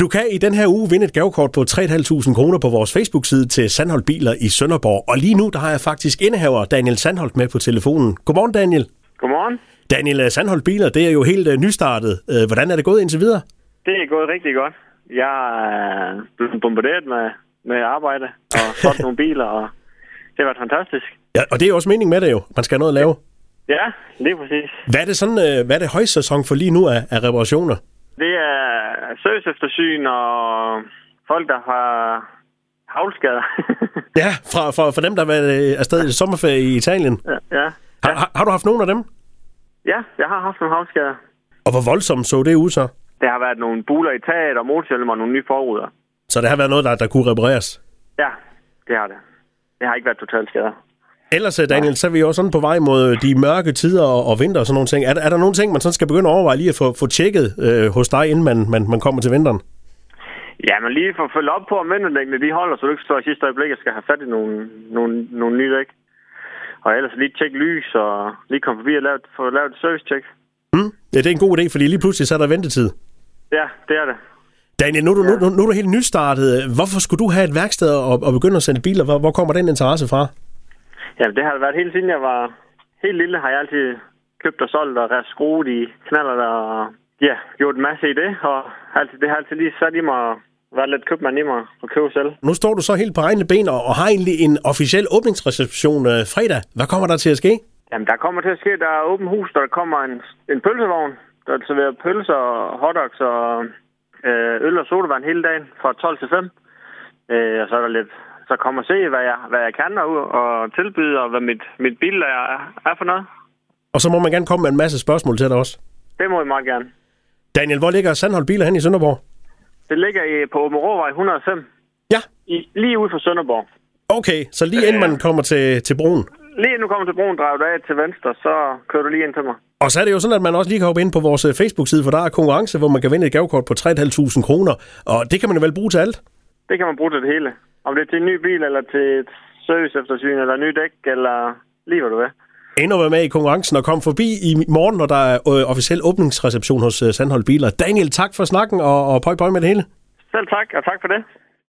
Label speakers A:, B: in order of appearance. A: Du kan i den her uge vinde et gavekort på 3.500 kroner på vores Facebook-side til Sandholt Biler i Sønderborg. Og lige nu, der har jeg faktisk indehaver Daniel Sandholt med på telefonen. Godmorgen, Daniel.
B: Godmorgen.
A: Daniel øh, Sandholt Biler, det er jo helt øh, nystartet. Øh, hvordan er det gået indtil videre?
B: Det er gået rigtig godt. Jeg er blevet bombarderet med, med arbejde og fået nogle biler, og det har været fantastisk.
A: Ja, og det er jo også meningen med det jo. Man skal have noget at lave.
B: Ja, lige præcis.
A: Hvad er det, sådan, øh, hvad er det højsæson for lige nu af, af reparationer?
B: Det er søgseftersyn og folk, der har havlskader.
A: Ja, fra, fra, fra dem, der har været øh, afsted i sommerferie i Italien.
B: ja, ja.
A: Har, har, har du haft nogen af dem?
B: ja, jeg har haft nogle havlskader.
A: Og hvor voldsomt så det ud så?
B: Der har været nogle buler i taget og motorhjelm og nogle nye forruder.
A: Så det har været noget, der, der kunne repareres.
B: Ja, det har det. Det har ikke været totalt skader.
A: Ellers, øh, Daniel, så er vi jo sådan på vej mod øh, de mørke tider og, og vinter og sådan nogle ting. Er, der- er der nogle ting, man sådan skal begynde at overveje lige at få, få tjekket øh, hos dig, inden man, man, man kommer til vinteren?
B: Ja, men lige for at følge op på, om vinterdækkene de holder, så du ikke står i sidste øjeblik og skal have fat i nogle, nogle, nogle nye dæk. Og ellers lige tjek lys og lige komme forbi og lave, et- få lavet et service-check.
A: Mm? Ja, det er en god idé, fordi lige pludselig så er der ventetid.
B: Ja, det er det.
A: Daniel, nu er du, nu, nu, nu er du helt nystartet. Hvorfor skulle du have et værksted og, og begynde at sende biler? Hvor, hvor kommer den interesse fra?
B: Jamen, det har det været hele siden jeg var helt lille, har jeg altid købt og solgt og skruet i knaller og ja, gjort en masse i det. Og altid, det har altid lige sat i mig og været lidt købmand i mig og købe selv.
A: Nu står du så helt på egne ben og, og har egentlig en officiel åbningsreception øh, fredag. Hvad kommer der til at ske?
B: Jamen, der kommer til at ske, der er åben hus, der kommer en, en pølsevogn, der serverer pølser og hotdogs og øh, øl og sodavand hele dagen fra 12 til 5. Øh, og så er der lidt, så kom og se, hvad jeg, hvad jeg kan og, og tilbyde, og hvad mit, mit bil er, er for noget.
A: Og så må man gerne komme med en masse spørgsmål til dig også.
B: Det må I meget gerne.
A: Daniel, hvor ligger Sandholm Biler hen i Sønderborg?
B: Det ligger i, på Åbenråvej 105,
A: Ja,
B: i, lige ude for Sønderborg.
A: okay. Så lige inden man kommer til, til broen.
B: Lige inden du kommer til broen, drejer du af til venstre, så kører du lige ind til mig.
A: Og så er det jo sådan, at man også lige kan hoppe ind på vores øh, Facebook-side, for der er konkurrence, hvor man kan vinde et gavekort på 3.500 kroner. Og det kan man jo vel bruge til alt.
B: Det kan man bruge til det hele. Om det er til en ny bil, eller til et service eftersyn, eller ny dæk, eller lige hvad du vil.
A: Ind og være med i konkurrencen og komme forbi i morgen, når der er øh, officiel åbningsreception hos øh, Sandholm Biler. Daniel, tak for snakken, og, og pøj pøj med det hele.
B: Selv tak, og tak for det.